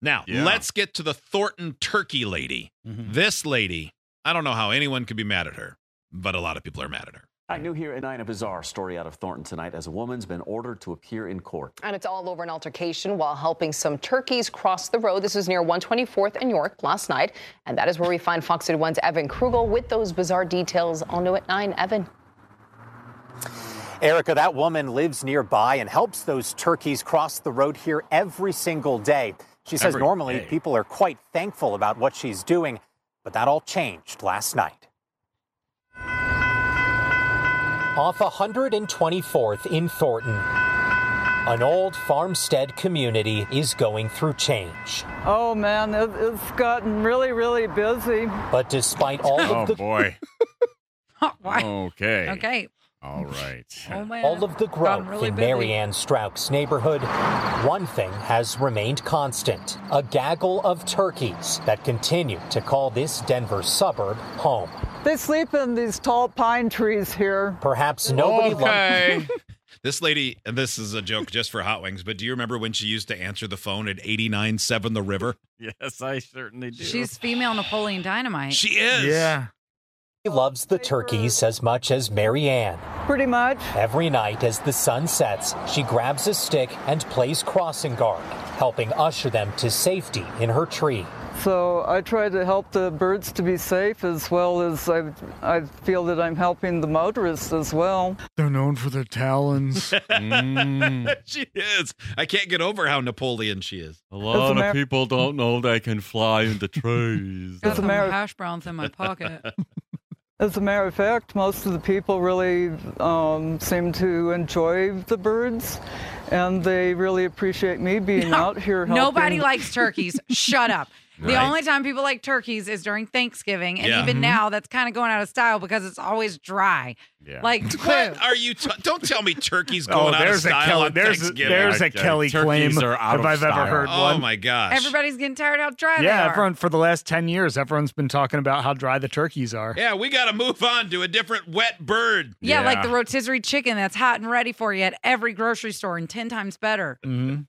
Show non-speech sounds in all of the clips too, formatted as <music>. Now, Yeah. let's get to the Thornton turkey lady. Mhm. This lady, I don't know how anyone could be mad at her, but a lot of people are mad at her. All right, new here at 9, a bizarre story out of Thornton tonight as a woman's been ordered to appear in court. And it's all over an altercation while helping some turkeys cross the road. This was near 124th and York last night. And that is where we find Fox at One's Evan Krugel with those bizarre details. All new at 9, Evan. Erica, that woman lives nearby and helps those turkeys cross the road here every single day. She says Every normally day. people are quite thankful about what she's doing, but that all changed last night. Off 124th in Thornton, an old farmstead community is going through change. Oh man, it, it's gotten really, really busy. But despite all Oh boy. Why? Okay. Okay. All right. <laughs> Oh man. All of the growth Gotten really in busy. Marianne Strauch's neighborhood, one thing has remained constant a gaggle of turkeys that continue to call this Denver suburb home. They sleep in these tall pine trees here. Perhaps Oh, nobody loved okay. <laughs> This lady, and this is a joke just for hot wings, but do you remember when she used to answer the phone at 89.7 The River? yes, I certainly do. She's female Napoleon Dynamite. She is. loves the turkeys as much as Marianne. Pretty much. Every night as the sun sets, she grabs a stick and plays crossing guard, helping usher them to safety in her tree. So I try to help the birds to be safe as well as I, I feel that I'm helping the motorists as well. They're known for <laughs> their talons. <laughs> she is. I can't get over how Napoleon she is. A lot of Amer- people don't know they can fly in <laughs> the trees. Got It's some Ameri- hash browns in my pocket. As a matter of fact, most of the people really um, seem to enjoy the birds and they really appreciate me <laughs> being out here helping. Nobody likes turkeys. Shut up. The Right. only time people like turkeys is during Thanksgiving, and Yeah. even now that's kind of going out of style because it's always dry. Yeah. Like What who? are you? T- don't tell me turkey's <laughs> going out of style on Oh, there's a, Thanksgiving. there's a Okay, Kelly turkeys claim are out if of I've style. ever heard oh one. my gosh! Everybody's getting tired how dry they yeah, are. everyone for the last ten years, everyone's been talking about how dry the turkeys are. yeah, we got to move on to a different wet bird. yeah, like Yeah. the rotisserie chicken that's hot and ready for you at every grocery store and 10 times better. Mhm.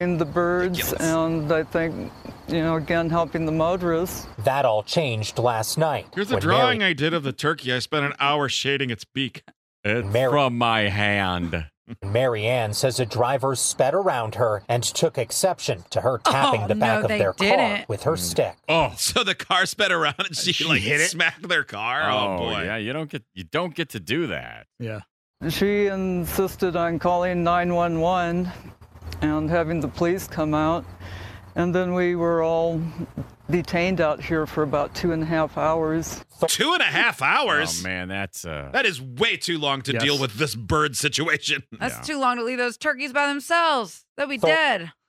in the birds Ridiculous. and I think, you know, again, helping the motorists. That all changed last night. Here's a when drawing I did of the turkey. I spent an hour shading its beak. it's Mary- from my hand. Marianne says a driver sped around her and took exception to her tapping Oh, the back no, of they their car didn't. with her stick. Oh, <laughs> so the car sped around and she, She like hit it? smacked their car. Oh, boy. yeah, you don't get you don't get to do that. <laughs> Yeah. She insisted on calling 911 and having the police come out. And then we were all detained out here for about two and a half hours. Two and a half Oh hours. man, that's uh That is way too long to Yes. deal with this bird situation. That's Yeah. too long to leave those turkeys by themselves. They'll be So- dead. <laughs>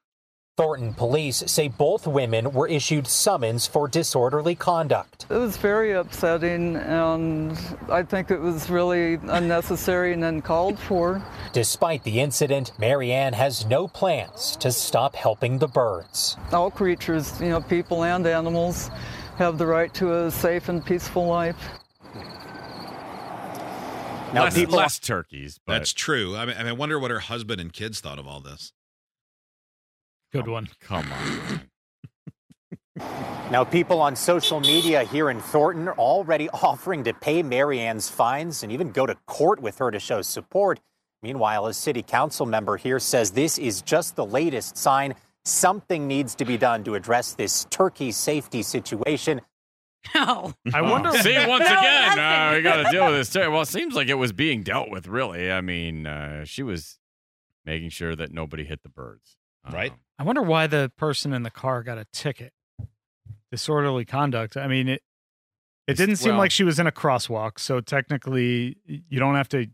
Thornton police say both women were issued summons for disorderly conduct. It was very upsetting, and I think it was really unnecessary and uncalled for. Despite the incident, Marianne has no plans to stop helping the birds. All creatures, you know, people and animals, have the right to a safe and peaceful life. Now, less, people less turkeys, but That's true. I mean, I mean, I wonder what her husband and kids thought of all this. Good one. come on. man. Now, people on social media here in Thornton are already <laughs> offering to pay Marianne's fines and even go to court with her to show support. Meanwhile, a city council member here says this is just the latest sign something needs to be done to address this turkey safety situation. No. <laughs> I wonder. <laughs> See, once No, again, uh, nothing. we got to deal with this. Too. Well, it seems like it was being dealt with. Really, I mean, uh, she was making sure that nobody hit the birds. Right. Um, I wonder why the person in the car got a ticket. Disorderly conduct. I mean, it it It's- didn't seem well- like she was in a crosswalk, so technically y- you don't have to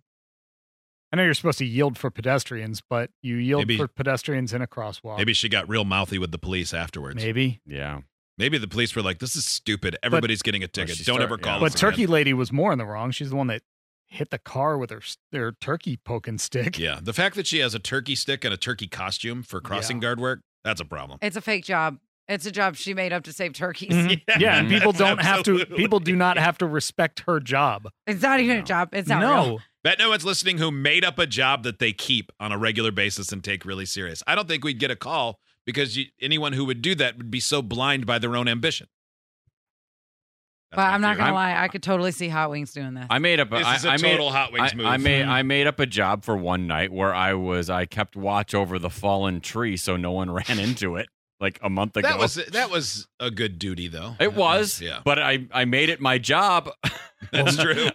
I know you're supposed to yield for pedestrians, but you yield Maybe- for pedestrians in a crosswalk. Maybe she got real mouthy with the police afterwards. Maybe, Maybe. yeah. the police were like, this is stupid. Everybody's getting a ticket. she Don't start- ever yeah. call But us Turkey <laughs> again." Lady was more in the wrong. She's the one that hit the car with her s- their turkey poking stick. Yeah. The fact that she has a turkey stick and a turkey costume for crossing Yeah. guard work, that's a problem. It's a fake job. It's a job she made up to save turkeys. Mm-hmm. <laughs> Mhm. Yeah, and <laughs> people Yes, don't have to absolutely. people do not have to respect her job. It's not even a job. It's not no. real. Bet no one's listening who made up a job that they keep on a regular basis and take really serious. I don't think we'd get a call because you, anyone who would do that would be so blind by their own ambition. That's But my I'm not theory. gonna I'm- lie, I could totally see Hot Wings doing this. I made up. a This I- is a I made- total Hot Wings I, move. I <laughs> made Mhm. I made up a job for one night where I was I kept watch over the fallen tree so no one <laughs> ran into it like a month ago. That was that was a good duty though. it was, yeah. but I, I made it my job. <laughs> <laughs> That's true.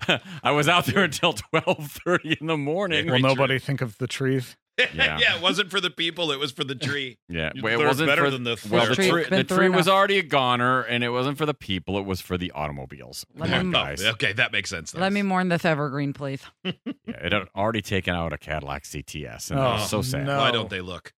I was out there until <laughs> twelve thirty in the morning. Yeah, Will Great nobody think of the tree? <laughs> Yeah. <laughs> yeah, it wasn't for the people; it was for the tree. Yeah, You well, it learned wasn't better for, than the well, fair. the Tree's tree, been the through tree was enough. already a goner, and it wasn't for the people; it was for the automobiles. Let Come on, me- Oh, guys. okay, that makes sense. then. Let me mourn this evergreen, please. Yeah, it had already taken out a Cadillac CTS, and I was so Oh, sad. no. Why don't they look?